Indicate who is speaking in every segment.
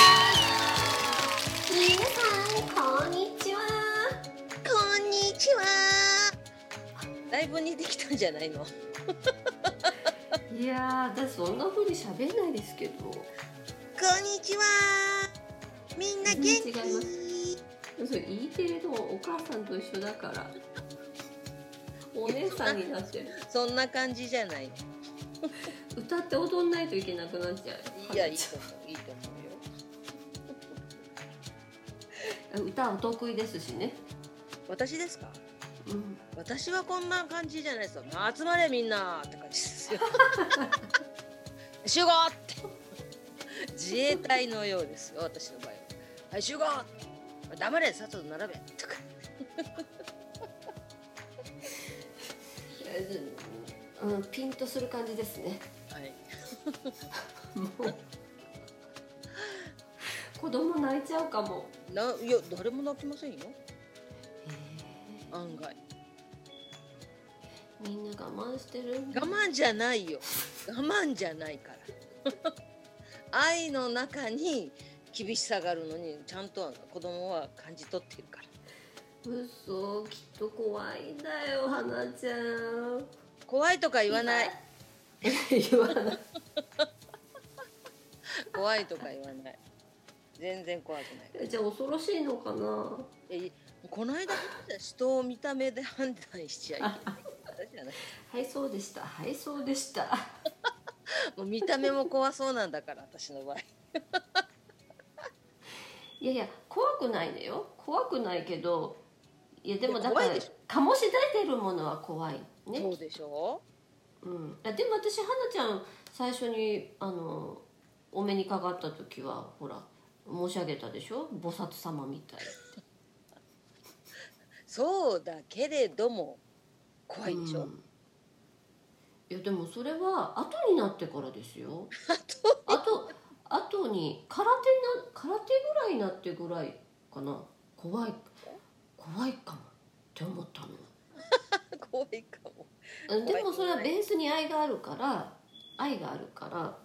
Speaker 1: ます皆さんこんにちは
Speaker 2: こんにちは。だいぶ似てきたんじゃないの。
Speaker 1: いやー私そんなふり喋んないですけど
Speaker 2: こんにちは。みんな元
Speaker 1: 全
Speaker 2: 気。
Speaker 1: 然違いまそれ E テレのお母さんと一緒だからお姉さんになってる
Speaker 2: そんな感じじゃない。
Speaker 1: 歌って踊んないといけなくなっちゃう
Speaker 2: い
Speaker 1: い
Speaker 2: や、いいと思う、いいと思うよ。
Speaker 1: 歌お得意ですしね、
Speaker 2: 私ですか。
Speaker 1: うん、
Speaker 2: 私はこんな感じじゃないですよ。まあ集まれみんなって感じですよ。 集合って。自衛隊のようですよ、私の場合は。はい、集合。黙れ、さっさと並べとか。
Speaker 1: うん、ピンとする感じですね
Speaker 2: はい。
Speaker 1: もう子供泣いちゃうかも
Speaker 2: な、いや、誰も泣きませんよ。案外。
Speaker 1: みんな我慢してるんだ
Speaker 2: 我慢じゃないよ我慢じゃないから 愛の中に厳しさがあるのにちゃんと子供は感じ取ってるから
Speaker 1: 嘘きっと怖いんだよ花ち ゃん
Speaker 2: 怖いとか言わない
Speaker 1: 言わない
Speaker 2: 怖いとか言わない全然怖くない
Speaker 1: えじゃあ恐ろしいのかな
Speaker 2: えこの間人を見た目で判断しちゃいけ ない私はね
Speaker 1: はいそうでしたはいそうでした
Speaker 2: もう見た目も怖そうなんだから私の場合
Speaker 1: いやいや怖くないのよ怖くないけどいやでもだか
Speaker 2: 怖
Speaker 1: ら
Speaker 2: い
Speaker 1: 醸
Speaker 2: で
Speaker 1: し
Speaker 2: し
Speaker 1: 出てるものは怖いね
Speaker 2: そうでしょ
Speaker 1: うん、あでも私花ちゃん最初にあのお目にかかった時はほら申し上げたでしょ菩薩様みたい
Speaker 2: そうだけれども怖いでしょ、
Speaker 1: うんいやでもそれは後になってからですよあと 後に空手な空手ぐらいになってぐらいかな怖い怖いかもって思ったの
Speaker 2: 怖いかも
Speaker 1: うんでもそれはベースに愛があるから愛があるから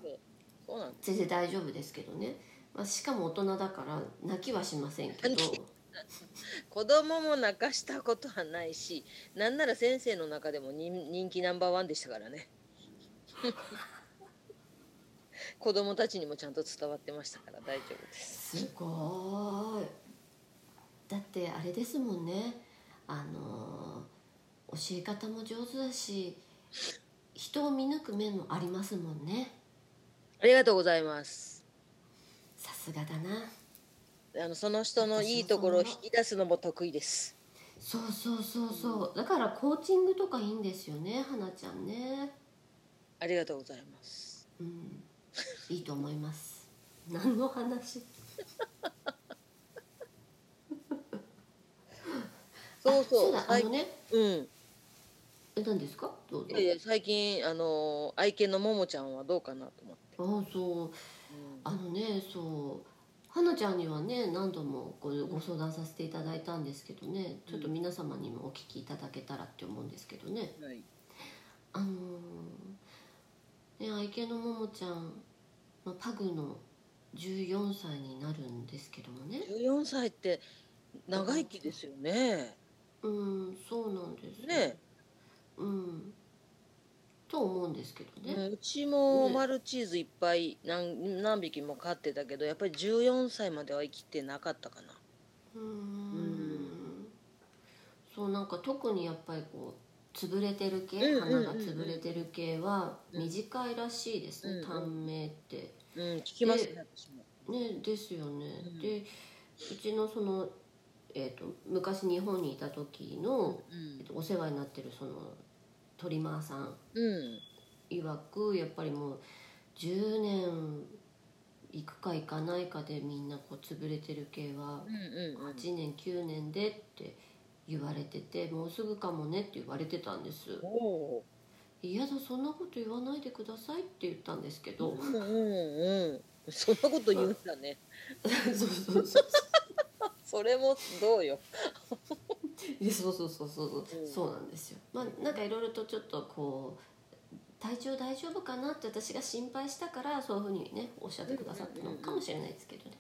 Speaker 2: そうなんだ
Speaker 1: 全然大丈夫ですけどね、まあ、しかも大人だから泣きはしませんけど
Speaker 2: 泣子供も泣かしたことはないしなんなら先生の中でも人人気ナンバーワンでしたからね 子供たちにもちゃんと伝わってましたから大丈夫です
Speaker 1: すごーいだってあれですもんねあのー教え方も上手だし人を見抜く面もありますもんね
Speaker 2: ありがとうございます
Speaker 1: さすがだな
Speaker 2: あのその人のいいところを引き出すのも得意です
Speaker 1: そうそうそうそうだからコーチングとかいいんですよね花ちゃんね
Speaker 2: ありがとうございます
Speaker 1: うんいいと思い ます何の話
Speaker 2: そうそう
Speaker 1: あそうだあ
Speaker 2: 最
Speaker 1: のね
Speaker 2: うん
Speaker 1: え何ですかどう
Speaker 2: い
Speaker 1: ぞ
Speaker 2: やいや最近あの愛犬のももちゃんはどうかなと思って、
Speaker 1: ああそう
Speaker 2: うん
Speaker 1: あのねそう花ちゃんにはね何度もごご相談させていただいたんですけどねちょっと皆様にもお聞きいただけたらって思うんですけどね
Speaker 2: はい
Speaker 1: あのーね愛犬のももちゃん、まあ、パグの14歳になるんですけどもね
Speaker 2: 14歳って長生きですよね
Speaker 1: うんそうなんです
Speaker 2: ね
Speaker 1: うんと思うんですけど
Speaker 2: う
Speaker 1: ね
Speaker 2: んうちも
Speaker 1: ね
Speaker 2: マルチーズいっぱい何何匹も飼ってたけどやっぱり14歳までは生きてなかったかな
Speaker 1: うーんそうなんか特にやっぱりこう潰れてる系
Speaker 2: うんうんうんう
Speaker 1: 花
Speaker 2: ん
Speaker 1: が潰れてる系は短いらしいですね
Speaker 2: うん
Speaker 1: 短命って。
Speaker 2: うん聞きます
Speaker 1: で
Speaker 2: ね私も
Speaker 1: ねですよね。
Speaker 2: うん
Speaker 1: でうちのその、えー、と昔日本にいた時の、
Speaker 2: う
Speaker 1: えー
Speaker 2: ん
Speaker 1: とお世話になってるそのトリマーさん
Speaker 2: うん
Speaker 1: 曰くやっぱりもう10年行くか行かないかでみんなこう潰れてる系は
Speaker 2: うんうんうん
Speaker 1: 8年9年でって言われててもうすぐかもねって言われてたんです
Speaker 2: おお
Speaker 1: 「いやだそんなこと言わないでください」って言ったんですけ
Speaker 2: う
Speaker 1: ど、
Speaker 2: んうんうんそんなこと言うんだね
Speaker 1: そうそうそう
Speaker 2: それもどうよ
Speaker 1: いやそうそうそうそうそう
Speaker 2: うん
Speaker 1: そうなんですよまあなんかいろいろとちょっとこう体調大丈夫かなって私が心配したからそういうふうにねおっしゃってくださったのかもしれないですけどね、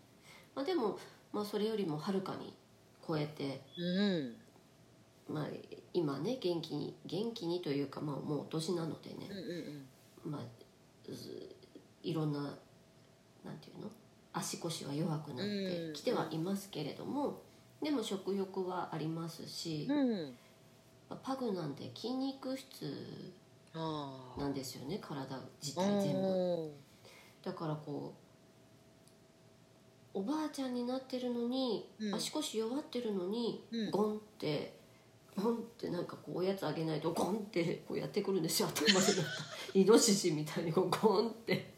Speaker 1: まあ、でも、まあ、それよりもはるかに超えて、
Speaker 2: うん
Speaker 1: まあ、今ね元気に元気にというか、まあ、もう年なのでね、
Speaker 2: うんうん
Speaker 1: まあ、ずいろんななんていうの足腰は弱くなってきてはいますけれども、でも食欲はありますし、
Speaker 2: うんうん
Speaker 1: まあパグなんて筋肉質
Speaker 2: あ
Speaker 1: なんですよね体自
Speaker 2: あ
Speaker 1: 体全部。
Speaker 2: おー
Speaker 1: だからこうおばあちゃんになってるのに、
Speaker 2: うん
Speaker 1: 足腰弱ってるのに、
Speaker 2: うん
Speaker 1: ゴンってゴンってなんかこうおやつあげないとゴンってこうやってくるんですよ頭 でイノシシみたいにこうゴンって、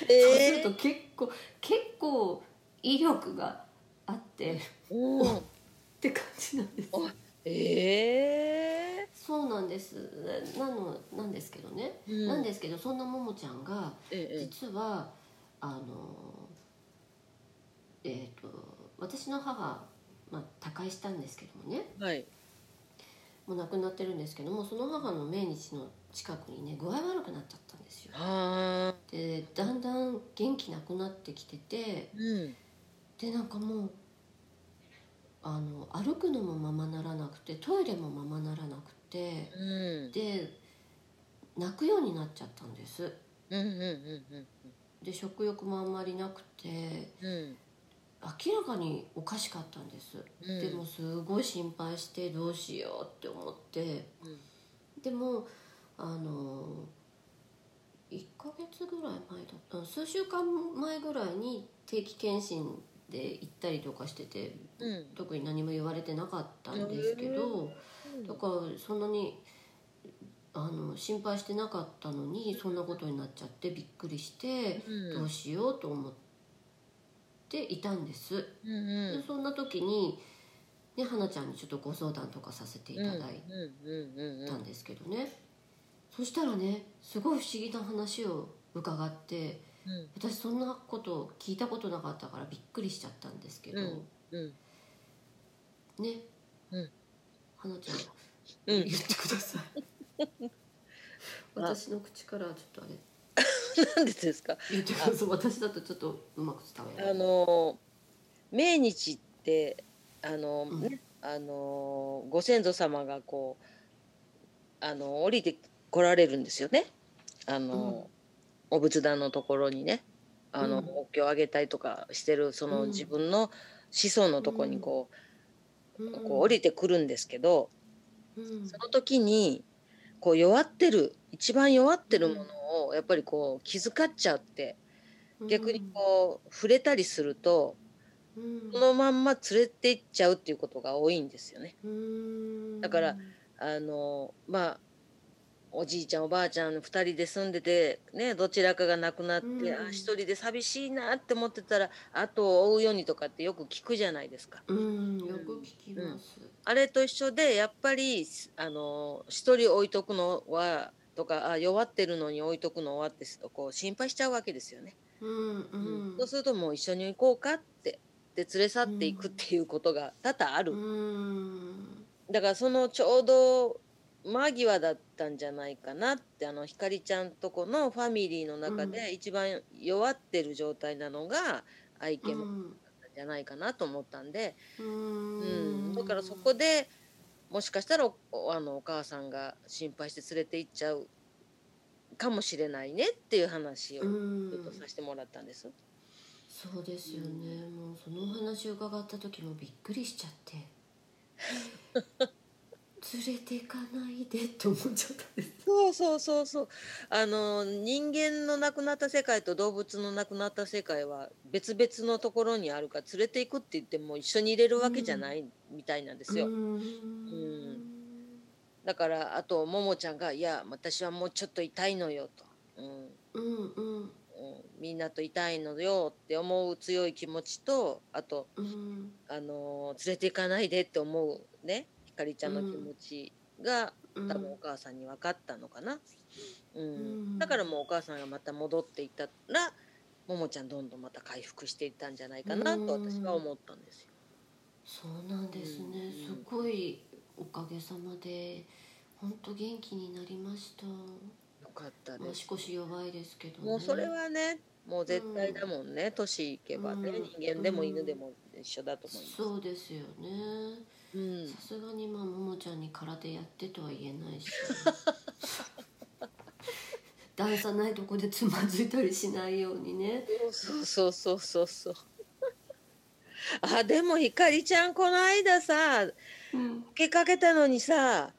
Speaker 1: そうする
Speaker 2: え
Speaker 1: と
Speaker 2: ー、
Speaker 1: 結構結構威力があってっ
Speaker 2: おー
Speaker 1: て感じなんです
Speaker 2: おえ
Speaker 1: そうなんですなのなんですけどね、
Speaker 2: ーうん
Speaker 1: なんですけどそんなももちゃんが
Speaker 2: え
Speaker 1: 実はあのえー、と私の母、まあ、他界したんですけどもね
Speaker 2: えはい
Speaker 1: もう亡くなってるんですけどもその母の命日の近くにね具合悪くなっちゃったんですよ
Speaker 2: ああ
Speaker 1: でだんだん元気なくなってきてて
Speaker 2: うん
Speaker 1: でなんかもうあの歩くのもままならなくてトイレもままならなくて
Speaker 2: うん
Speaker 1: で泣くようになっちゃったんです
Speaker 2: うんうんうん
Speaker 1: で食欲もあんまりなくて
Speaker 2: うんうん
Speaker 1: 明らかにおかしかったんです、
Speaker 2: うん
Speaker 1: でもすごい心配してどうしようって思って
Speaker 2: うん
Speaker 1: でもあの1ヶ月ぐらい前だったの数週間前ぐらいに定期検診で行ったりとかしてて
Speaker 2: うん
Speaker 1: 特に何も言われてなかったんですけど、
Speaker 2: うん
Speaker 1: だからそんなにあの心配してなかったのにそんなことになっちゃってびっくりして、
Speaker 2: うん
Speaker 1: どうしようと思っていたんです。
Speaker 2: うん
Speaker 1: でそんな時に、ね、花ちゃんにちょっとご相談とかさせていただい
Speaker 2: うんうんうんうん
Speaker 1: たんですけどね、そしたらねすごい不思議な話を伺って
Speaker 2: うん
Speaker 1: 私そんなこと聞いたことなかったからびっくりしちゃったんですけど、
Speaker 2: うん
Speaker 1: ね、
Speaker 2: うん
Speaker 1: 花ちゃん
Speaker 2: う
Speaker 1: 言ってください 私の口からはちょっとあれ
Speaker 2: なんでですか
Speaker 1: 言ってください私だとちょっとうまく伝わらな
Speaker 2: あ
Speaker 1: い
Speaker 2: の命日ってあの、
Speaker 1: うん
Speaker 2: ねあのご先祖様がこうあの降りてこられるんですよねあの、お仏壇のところにねあの、
Speaker 1: うん
Speaker 2: お経をあげたりとかしてるその、
Speaker 1: うん
Speaker 2: 自分の子孫のとこにこ
Speaker 1: う
Speaker 2: う,、
Speaker 1: ん
Speaker 2: こう降りてくるんですけど
Speaker 1: うん
Speaker 2: その時にこう弱ってる一番弱ってるものをやっぱりこう気遣っちゃって逆にこう触れたりすると。
Speaker 1: うん
Speaker 2: そのまんま連れて行っちゃうっていうことが多いんですよね。
Speaker 1: うん
Speaker 2: だからあのまあおじいちゃんおばあちゃん2人で住んでて、ね、どちらかが亡くなって、
Speaker 1: うん
Speaker 2: あ1人で寂しいなって思ってたら後を追うようにとかってよく聞くじゃないですか。
Speaker 1: うん、よく聞きます。
Speaker 2: あれと一緒でやっぱりあの1人置いとくのはとかあ弱ってるのに置いとくのはってこう心配しちゃうわけですよね。
Speaker 1: うん、うん。
Speaker 2: そうするともう一緒に行こうかってで連れ去っていくっていうことが多々ある
Speaker 1: うん。
Speaker 2: だからそのちょうど間際だったんじゃないかなってあのひかりちゃんとこのファミリーの中
Speaker 1: う
Speaker 2: で一番弱ってる状態なのが愛
Speaker 1: う
Speaker 2: 犬だっ
Speaker 1: ん。
Speaker 2: たんじゃないかなと思ったんで、うん
Speaker 1: うん。
Speaker 2: だからそこでもしかしたらおおあのお母さんが心配して連れて行っちゃうかもしれないねっていう話を
Speaker 1: う
Speaker 2: ち
Speaker 1: ん
Speaker 2: ょっとさせてもらったんです。
Speaker 1: そうですよね。もうそのお話を伺った時もびっくりしちゃ って。連れて行かないでって思っちゃったんです。
Speaker 2: そうそうそうそうあの人間の亡くなった世界と動物の亡くなった世界は別々のところにあるから連れていくって言っても一緒に入れるわけじゃないみたいなんですよ、
Speaker 1: うん。
Speaker 2: だからあとももちゃんが「いや私はもうちょっと痛いのよ」と、うん
Speaker 1: うん、うん、
Speaker 2: うん「みんなと痛いのよ」って思う強い気持ちとあと、
Speaker 1: うん。
Speaker 2: あの連れていかないでって思うねひかりちゃんの気持ちが
Speaker 1: うん
Speaker 2: 多分お母さんに分かったのかな、うん
Speaker 1: うん
Speaker 2: だからもうお母さんがまた戻っていったらももちゃんどんどんまた回復していったんじゃないかなと私は思ったんですよ。
Speaker 1: そうなんですね。
Speaker 2: うん
Speaker 1: すごいおかげさまで。本当元気になりました。
Speaker 2: よかったです
Speaker 1: 足腰弱いですけど、ね、
Speaker 2: もうそれはねもう絶対だもんね、年いけばね、
Speaker 1: うん
Speaker 2: 人間でも犬でも一緒だと思います。
Speaker 1: そうですよね
Speaker 2: うん
Speaker 1: さすがにまあももちゃんに空手やってとは言えないし 段差ないとこでつまずいたりしないようにね
Speaker 2: そうそうそうそうそう。あでもひかりちゃんこの間さ受
Speaker 1: うん
Speaker 2: けかけたのにさ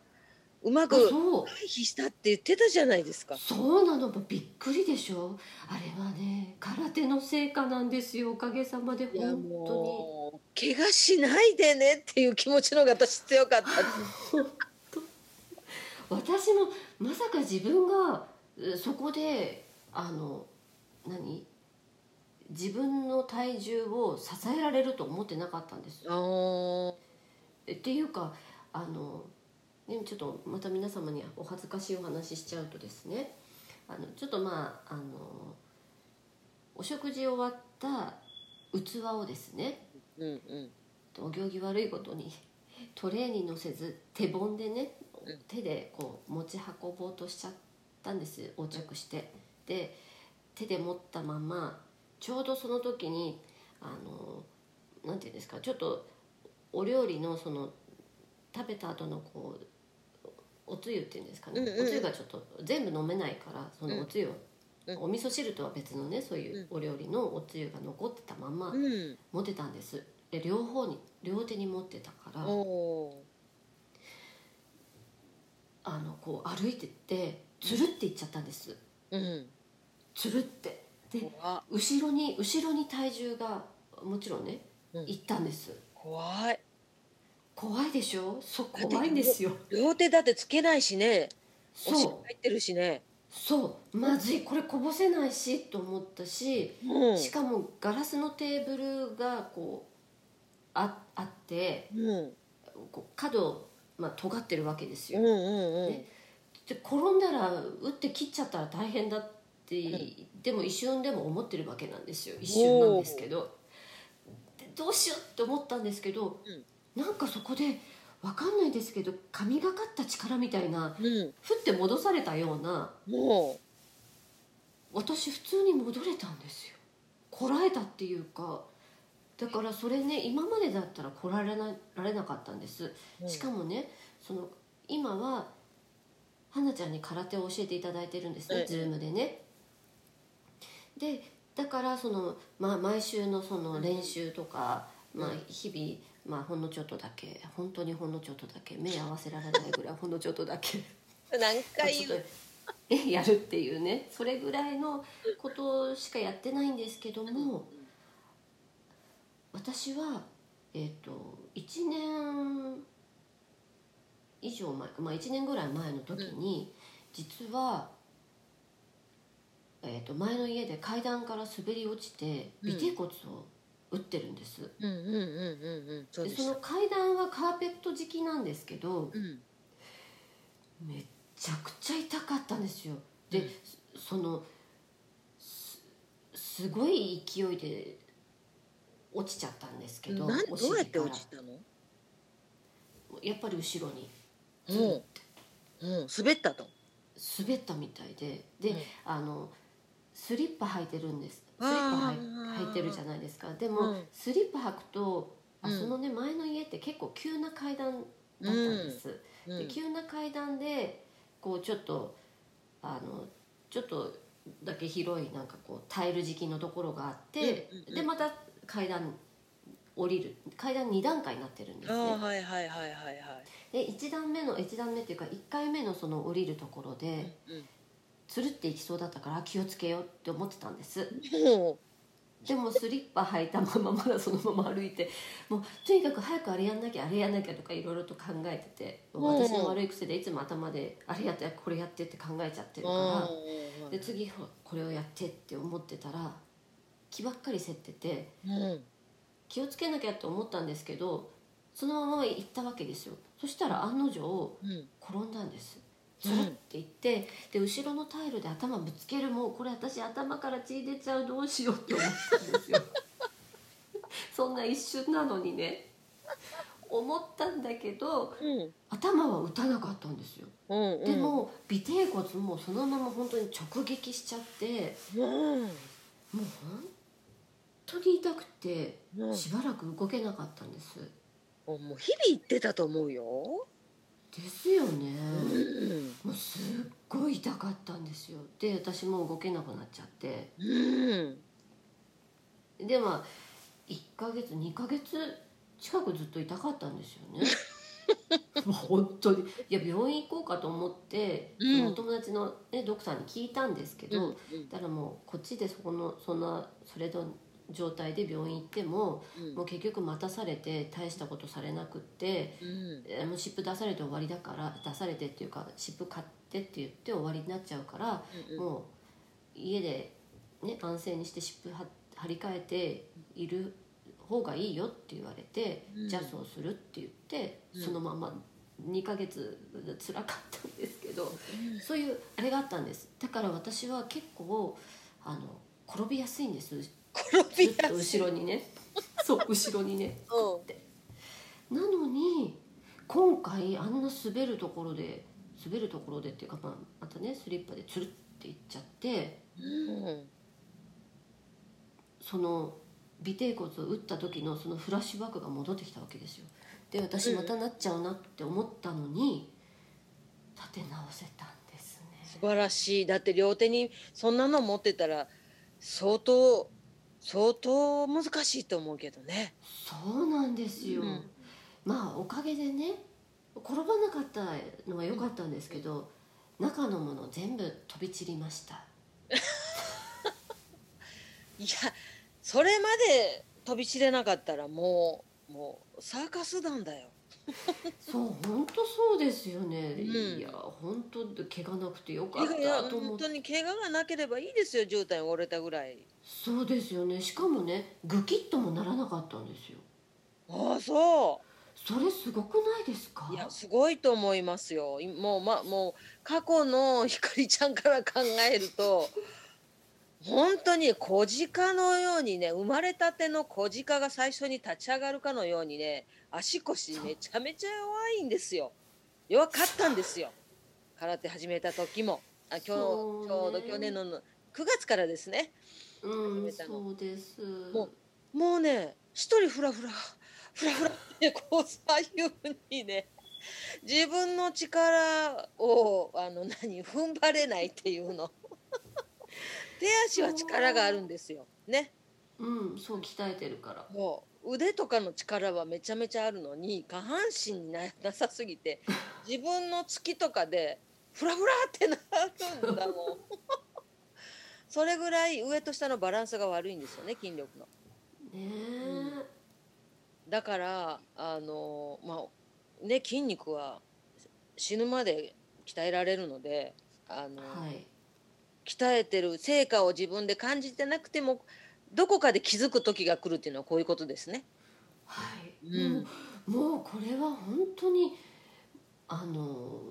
Speaker 2: うま
Speaker 1: あ
Speaker 2: く
Speaker 1: そう
Speaker 2: 回避したって言ってたじゃないですか。
Speaker 1: そうなのびっくりでしょあれはね空手の成果なんですよおかげさまで
Speaker 2: いや
Speaker 1: 本当
Speaker 2: もう怪我しないでねっていう気持ちの方が私強かった
Speaker 1: に私もまさか自分がえそこであの何自分の体重を支えられると思ってなかったんです
Speaker 2: あー
Speaker 1: っていうかあの、ね、ちょっとまた皆様にお恥ずかしいお話ししちゃうとですねあのちょっとまああのお食事終わった器をですね
Speaker 2: うんうん
Speaker 1: お行儀悪いことにトレーに乗せず手盆でね
Speaker 2: うん
Speaker 1: 手でこう持ち運ぼうとしちゃったんです横着してで手で持ったままちょうどその時にあのなんていうんですかちょっとお料理のその食べた後のこうおおつゆっていうんですかね、
Speaker 2: うんうん
Speaker 1: おつゆがちょっと全部飲めないからそのおつゆを、
Speaker 2: うん
Speaker 1: お味噌汁とは別のねそういうお料理のおつゆが残ってたまま、
Speaker 2: うん
Speaker 1: 持ってたんですで両方に両手に持ってたから
Speaker 2: お
Speaker 1: あのこう歩いてってつるっていっちゃったんです
Speaker 2: ーうん
Speaker 1: つるってで
Speaker 2: 怖
Speaker 1: 後ろに後ろに体重がもちろんね
Speaker 2: うん
Speaker 1: いったんです
Speaker 2: 怖い
Speaker 1: 怖いでしょそう
Speaker 2: だって
Speaker 1: 怖いんですよ
Speaker 2: 両手だってつけないしねお尻
Speaker 1: そう
Speaker 2: 入ってるしね
Speaker 1: そうまずいこれこぼせないしと思ったし
Speaker 2: うん
Speaker 1: しかもガラスのテーブルがこうああって
Speaker 2: うん
Speaker 1: こう角まあ尖ってるわけです
Speaker 2: う
Speaker 1: よ
Speaker 2: んうんうん
Speaker 1: ねで転んだら打って切っちゃったら大変だって、でも一瞬でも思ってるわけなんですよ一瞬なんですけどでどうしようって思ったんですけど、なんかそこで分かんないですけど神がかった力みたいな
Speaker 2: うん
Speaker 1: ふって戻されたような
Speaker 2: も
Speaker 1: 私普通に戻れたんですよこらえたっていうかだからそれね今までだったらこられなられなかったんです
Speaker 2: う
Speaker 1: しかもねその今は花ちゃんに空手を教えていただいてるんですね、
Speaker 2: ええ
Speaker 1: ズームでねでだからその、まあ、毎週のその練習とか、まあ、日々、まあ、ほんのちょっとだけ本当にほんのちょっとだけ目合わせられないぐらいほんのちょっとだけ
Speaker 2: うん何回
Speaker 1: ち
Speaker 2: 言う
Speaker 1: ょっとえや るっていうねそれぐらいのことしかやってないんですけども私は、えっと1年以上前、まあ、1年ぐらい前の時に、実は、えっと前の家で階段から滑り落ちて
Speaker 2: うん
Speaker 1: 尾て骨を打ってるんです、
Speaker 2: うんうんうんうんうんそう
Speaker 1: で
Speaker 2: で
Speaker 1: そ
Speaker 2: し
Speaker 1: の
Speaker 2: た
Speaker 1: 階段はカーペット敷きなんですけど、
Speaker 2: うん
Speaker 1: めっちゃくちゃ痛かったんですよで、
Speaker 2: うん
Speaker 1: そそのすすごい勢いで落ちちゃったんですけど
Speaker 2: なん
Speaker 1: お
Speaker 2: どうやっ
Speaker 1: 尻
Speaker 2: て
Speaker 1: から
Speaker 2: 落ちたの
Speaker 1: やっぱり後ろにず
Speaker 2: うん
Speaker 1: っ
Speaker 2: うん滑ったと
Speaker 1: と滑ったみたいでで、
Speaker 2: うん
Speaker 1: あのスリッパ履いてるんですスリ
Speaker 2: あー
Speaker 1: ッパ履い履いてるじゃないですかでも、
Speaker 2: うん
Speaker 1: スリッパ履くとあ
Speaker 2: うん
Speaker 1: そのね前の家って結構急な階段だったんです、
Speaker 2: う
Speaker 1: で
Speaker 2: ん
Speaker 1: 急な階段でこうちょっとあのちょっとだけ広いなんかこうタイル敷きのところがあって、
Speaker 2: うんうんうん
Speaker 1: でまた階段降りる階段2段階になってるんです
Speaker 2: ああ
Speaker 1: ね
Speaker 2: はいはいはいはいはい
Speaker 1: で1段目の1段目っていうか1回目のその降りるところでつるっていきそうだったから気をつけようって思ってたんです
Speaker 2: も
Speaker 1: でもスリッパ履いたまままだそのまま歩いてもうとにかく早くあれやんなきゃあれやんなきゃとかいろいろと考えてて
Speaker 2: うん
Speaker 1: 私の悪い癖でいつも頭であれやってこれやってって考えちゃって
Speaker 2: う
Speaker 1: るか
Speaker 2: う
Speaker 1: ら
Speaker 2: ん
Speaker 1: で次ほらこれをやってって思ってたら気ばっかり競ってて
Speaker 2: うん
Speaker 1: 気をつけなきゃと思ったんですけどそのまま行ったわけですよそしたら案の定
Speaker 2: うん
Speaker 1: 転んだんですつるっていってで後ろのタイルで頭ぶつけるもうこれ私頭から血出ちゃうどうしよ うって思ったんですよそんな一瞬なのにね思ったんだけど
Speaker 2: うん
Speaker 1: 頭は打たなかったんですよ
Speaker 2: うんうん
Speaker 1: でも尾てい骨もそのまま本当に直撃しちゃって
Speaker 2: うん
Speaker 1: もう本当に痛くて
Speaker 2: うん
Speaker 1: しばらく動けなかったんです
Speaker 2: もう日々言ってたと思うよ、
Speaker 1: ですよね
Speaker 2: うん
Speaker 1: もうすっごい痛かったんですよで私もう動けなくなっちゃって
Speaker 2: うん、
Speaker 1: でまあ1ヶ月2ヶ月近くずっと痛かったんですよ ねもう本当にいや病院行こうかと思って、
Speaker 2: うん
Speaker 1: そのお友達の、ね、ドクターに聞いたんですけ
Speaker 2: う
Speaker 1: ど、
Speaker 2: んうん
Speaker 1: だからもうこっちでそこのそんなそれの状態で病院行ってももう結局待たされて大したことされなくって
Speaker 2: うん
Speaker 1: えーもう湿布出されて終わりだから出されてっていうか湿布買ってって言って終わりになっちゃうから、
Speaker 2: うん
Speaker 1: もう家で、ね、安静にして湿布は張り替えている方がいいよって言われて、
Speaker 2: うん
Speaker 1: じゃあそうするって言って、
Speaker 2: うん
Speaker 1: そのまま2ヶ月辛かったんですけどそういうあれがあったんですだから私は結構あの転びやすいんですず
Speaker 2: 転
Speaker 1: っ
Speaker 2: びや
Speaker 1: と
Speaker 2: すい
Speaker 1: 後ろにねそう後ろにね
Speaker 2: うん
Speaker 1: なのに今回あんな滑るところで滑るところでっていうか、まあ、またねスリッパでつるっていっちゃって
Speaker 2: うん
Speaker 1: その尾てい骨を打った時のそのフラッシュバックが戻ってきたわけですよで私
Speaker 2: うん
Speaker 1: またなっちゃうなって思ったのに立て直せたんです
Speaker 2: 素
Speaker 1: ね
Speaker 2: 晴らしいだって両手にそんなの持ってたら相当相当難しいと思うけどね
Speaker 1: そうなんですよ、
Speaker 2: うん
Speaker 1: まあおかげでね転ばなかったのは良かったんですけど中のもの全部飛び散りました
Speaker 2: いやそれまで飛び散れなかったらもうもうサーカス団だよ
Speaker 1: そう本当そうですよね、
Speaker 2: うん
Speaker 1: いや本当怪我なくてよかっ
Speaker 2: いやいや
Speaker 1: たと思っ
Speaker 2: 本
Speaker 1: て
Speaker 2: 当に怪我がなければいいですよ絨毯折れたぐらい
Speaker 1: そうですよねしかもねグキッともならなかったんですよ
Speaker 2: ああそ
Speaker 1: それすごくないですか
Speaker 2: ういやすごいと思いますよいもうまもう過去の ひかりちゃんから考えると本当に小鹿のようにね生まれたての小鹿が最初に立ち上がるかのようにね足腰めちゃめちゃ弱いんですよ弱かったんです よ空手始めた時もあ今日ち
Speaker 1: そ
Speaker 2: ょ
Speaker 1: うね
Speaker 2: うど去年の9月からですね
Speaker 1: う
Speaker 2: め
Speaker 1: ん
Speaker 2: たの
Speaker 1: そうです
Speaker 2: ももうね一人フラフラフラフラってこう左右にね自分の力をあの何踏ん張れないっていうの手足は力があるんですよね
Speaker 1: うんそう鍛えてるから
Speaker 2: もう腕とかの力はめちゃめちゃあるのに下半身にななさすぎて自分の突きとかでフラフラってなるんだも んそれぐらい上と下のバランスが悪いんですよね筋力の。
Speaker 1: ね
Speaker 2: だからあのまあね筋肉は死ぬまで鍛えられるのであ
Speaker 1: え、
Speaker 2: の、
Speaker 1: はい
Speaker 2: 鍛えてる成果を自分で感じてなくてもどこかで気づく時が来るっていうのはこういうことですね。
Speaker 1: はい、
Speaker 2: うん
Speaker 1: もうもうこれは本当にあの、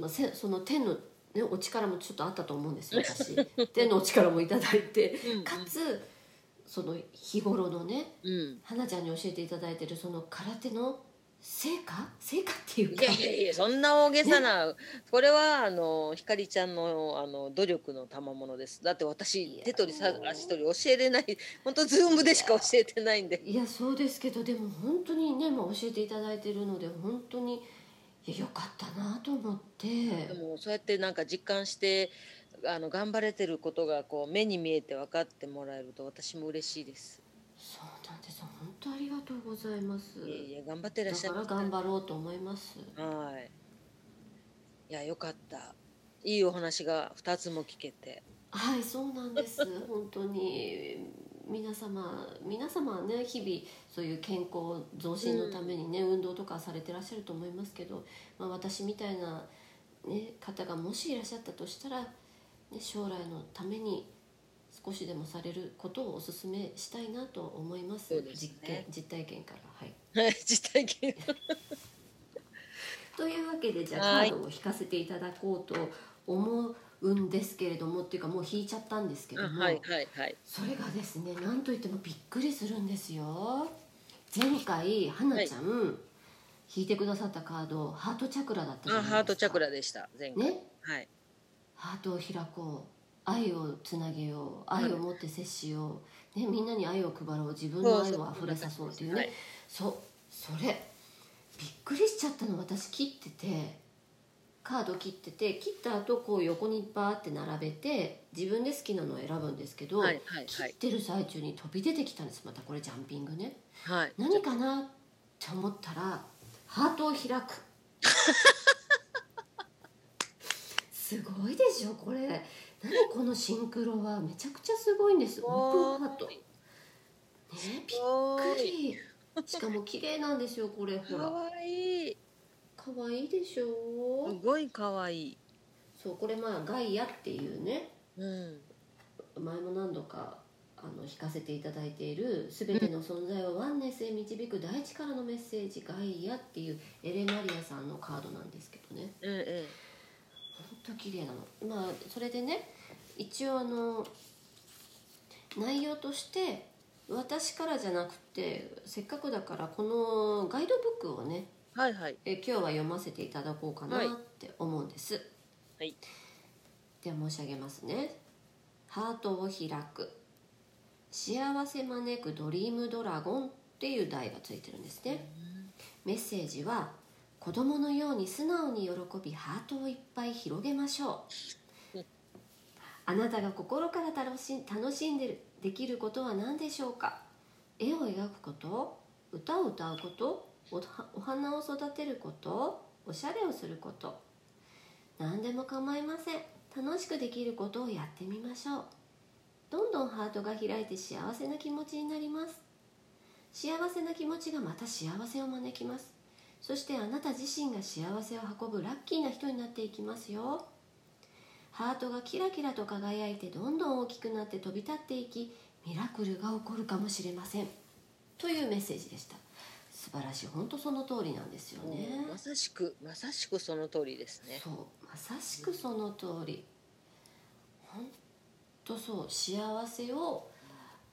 Speaker 1: まあ、せその手の、ね、お力もちょっとあったと思うんですよ私 手のお力もいただいて
Speaker 2: うん
Speaker 1: かつその日頃のね
Speaker 2: うん、
Speaker 1: 花ちゃんに教えていただいてるその空手の成果成果っていう
Speaker 2: い
Speaker 1: か
Speaker 2: やいやいやそんな大げさな、これはあのひかりちゃんのあの努力の賜物ですだって
Speaker 1: い
Speaker 2: 私
Speaker 1: や
Speaker 2: 手取りさ足取り教えれない本当ズームでしか教えてないんで
Speaker 1: いやそうですけどでも本当にね、まあ、教えていただいてるので本当にいやよかったなと思って
Speaker 2: でもそうやってなんか実感してあの頑張れてることがこう目に見えて分かってもらえると私も嬉しいです。
Speaker 1: そうなんです本当ありがとうございます
Speaker 2: いやいや頑張ってらっし
Speaker 1: だ
Speaker 2: ゃ
Speaker 1: から
Speaker 2: る。
Speaker 1: 頑張ろうと思います
Speaker 2: はい。いやよかった。いいお話が二つも聞けて。
Speaker 1: はいそうなんです 本当に皆様皆様はね日々そういう健康増進のためにね、運動とかされてらっしゃると思いますけど、まあ、私みたいな、ね、方がもしいらっしゃったとしたら、ね、将来のために少しでもされることをお勧めしたいなと思います
Speaker 2: そうですね
Speaker 1: 実験実体験からはい。
Speaker 2: はい実体験。
Speaker 1: というわけでじゃあカ
Speaker 2: はい
Speaker 1: ードを引かせていただこうと思うんですけれどもっていうかもう引いちゃったんですけ
Speaker 2: あ
Speaker 1: ども。
Speaker 2: はいはいはい。
Speaker 1: それがですねなんといってもびっくりするんですよ前回花ちゃん、引いてくださったカードハートチャクラだったじゃ
Speaker 2: あ
Speaker 1: ないですか
Speaker 2: ハートチャクラでした前回、
Speaker 1: ね
Speaker 2: はい
Speaker 1: ハートを開こう愛をつなげよう愛を持って接しよう、ね、みんなに愛を配ろう自分の愛を溢れさそうっていうね
Speaker 2: はい
Speaker 1: そそれびっくりしちゃったの私切っててカード切ってて切った後こう横にバーって並べて自分で好きなのを選ぶんですけど、
Speaker 2: はいはい
Speaker 1: 切
Speaker 2: は
Speaker 1: っ
Speaker 2: い
Speaker 1: てる最中に飛び出てきたんですまたこれジャンピングね
Speaker 2: はい
Speaker 1: 何かなって思ったらハートを開くすごいでしょこれ何このシンクロはめちゃくちゃすごいんですオープンハートねびっく
Speaker 2: びっ
Speaker 1: りしかも綺麗なんですよこれほ
Speaker 2: から わいい
Speaker 1: 可愛いでし
Speaker 2: す
Speaker 1: ょ
Speaker 2: ごいかわいい、
Speaker 1: そうこれまあガイアっていうね
Speaker 2: うん、
Speaker 1: 前も何度かあの弾かせていただいている「すべての存在をワンネスへ導く大地からのメッセージガイア」っていうエレマリアさんのカードなんですけどね
Speaker 2: ええ
Speaker 1: ほんと綺麗なのまあそれでね一応あの内容として私からじゃなくてせっかくだからこのガイドブックをね
Speaker 2: はいはい
Speaker 1: え今日は読ませていただこうかなって思うんです、
Speaker 2: はい
Speaker 1: では申し上げますね「ハートを開く」「幸せ招くドリームドラゴン」っていう題がついてるんですね、メッセージは「子供のように素直に喜びハートをいっぱい広げましょう」あなたが心から楽しん楽しんでるできることは何でしょうか絵を描くこと歌を歌うことおはお花を育てることおしゃれをすること何でも構いません楽しくできることをやってみましょうどんどんハートが開いて幸せな気持ちになります幸せな気持ちがまた幸せを招きますそしてあなた自身が幸せを運ぶラッキーな人になっていきますよハートがキラキラと輝いてどんどん大きくなって飛び立っていきミラクルが起こるかもしれませんというメッセージでした素晴らしい本当その通りなんですよね
Speaker 2: もうまさしくまさしくその通りですね
Speaker 1: そうまさしくその通りほんとそう幸せを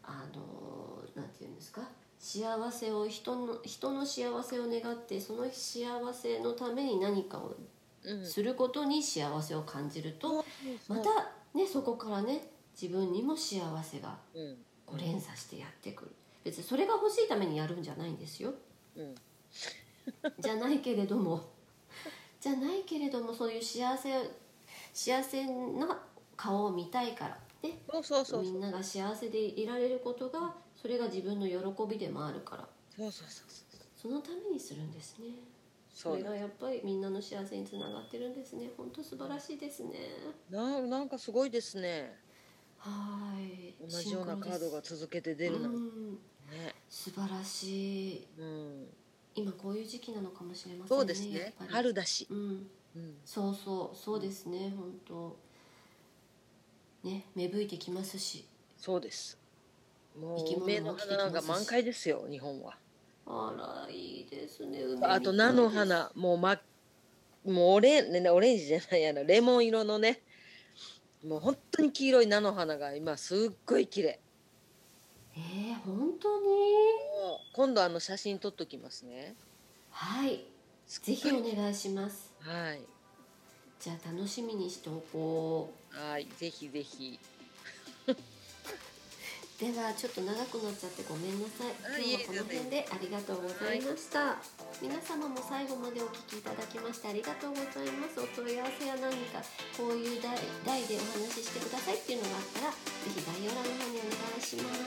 Speaker 1: あのなんて言うんですか幸せを人の人の幸せを願ってその幸せのために何かを
Speaker 2: うん
Speaker 1: することに幸せを感じると、またねそこからね自分にも幸せが
Speaker 2: うん
Speaker 1: こう連鎖してやってくる別にそれが欲しいためにやるんじゃないんですよ
Speaker 2: うん
Speaker 1: じゃないけれどもじゃないけれどもそういう幸せ幸せな顔を見たいから、ね、
Speaker 2: そうそうそう
Speaker 1: み
Speaker 2: そうん
Speaker 1: なが幸せでいられることがそれが自分の喜びでもあるから
Speaker 2: そうそうそう
Speaker 1: そのためにするんですね
Speaker 2: そ
Speaker 1: そうれ
Speaker 2: な
Speaker 1: がやっぱりみんなの幸せにつながってるんですね本当素晴らしいですね
Speaker 2: ななんかすごいですね
Speaker 1: はい
Speaker 2: 同じようなカードが続けて出
Speaker 1: シンク
Speaker 2: るな
Speaker 1: ロです
Speaker 2: んて
Speaker 1: うん
Speaker 2: ね
Speaker 1: 素晴らしい
Speaker 2: うん
Speaker 1: 今こういう時期なのかもしれませんね
Speaker 2: そうです
Speaker 1: やっ
Speaker 2: ね
Speaker 1: ぱり
Speaker 2: 春だし
Speaker 1: うん
Speaker 2: うん
Speaker 1: そうそうそうですね本当ね芽吹いてきますし
Speaker 2: そうですも
Speaker 1: 生き
Speaker 2: う
Speaker 1: 物
Speaker 2: 梅
Speaker 1: も
Speaker 2: の
Speaker 1: 起きてきますし
Speaker 2: 花が満開ですよ日本は
Speaker 1: あらいいですね梅みたい
Speaker 2: あと菜の
Speaker 1: です
Speaker 2: 花もうまもうオレンねオレンジじゃないあのレモン色のねもう本当に黄色い菜の花が今すっごい綺麗
Speaker 1: えー、本当に
Speaker 2: 今度あの写真撮っときますね
Speaker 1: はいぜひお願いします
Speaker 2: はい
Speaker 1: じゃあ楽しみにしておこう
Speaker 2: はいぜひぜひ
Speaker 1: ではちょっと長くなっちゃってごめんなさ
Speaker 2: あ
Speaker 1: い
Speaker 2: いえ
Speaker 1: 今日はこの辺でありがとうございました、皆様も最後までお聞きいただきましてありがとうございますお問い合わせや何かこういう題題でお話ししてくださいっていうのがあったらぜひ概要欄の方にお願いします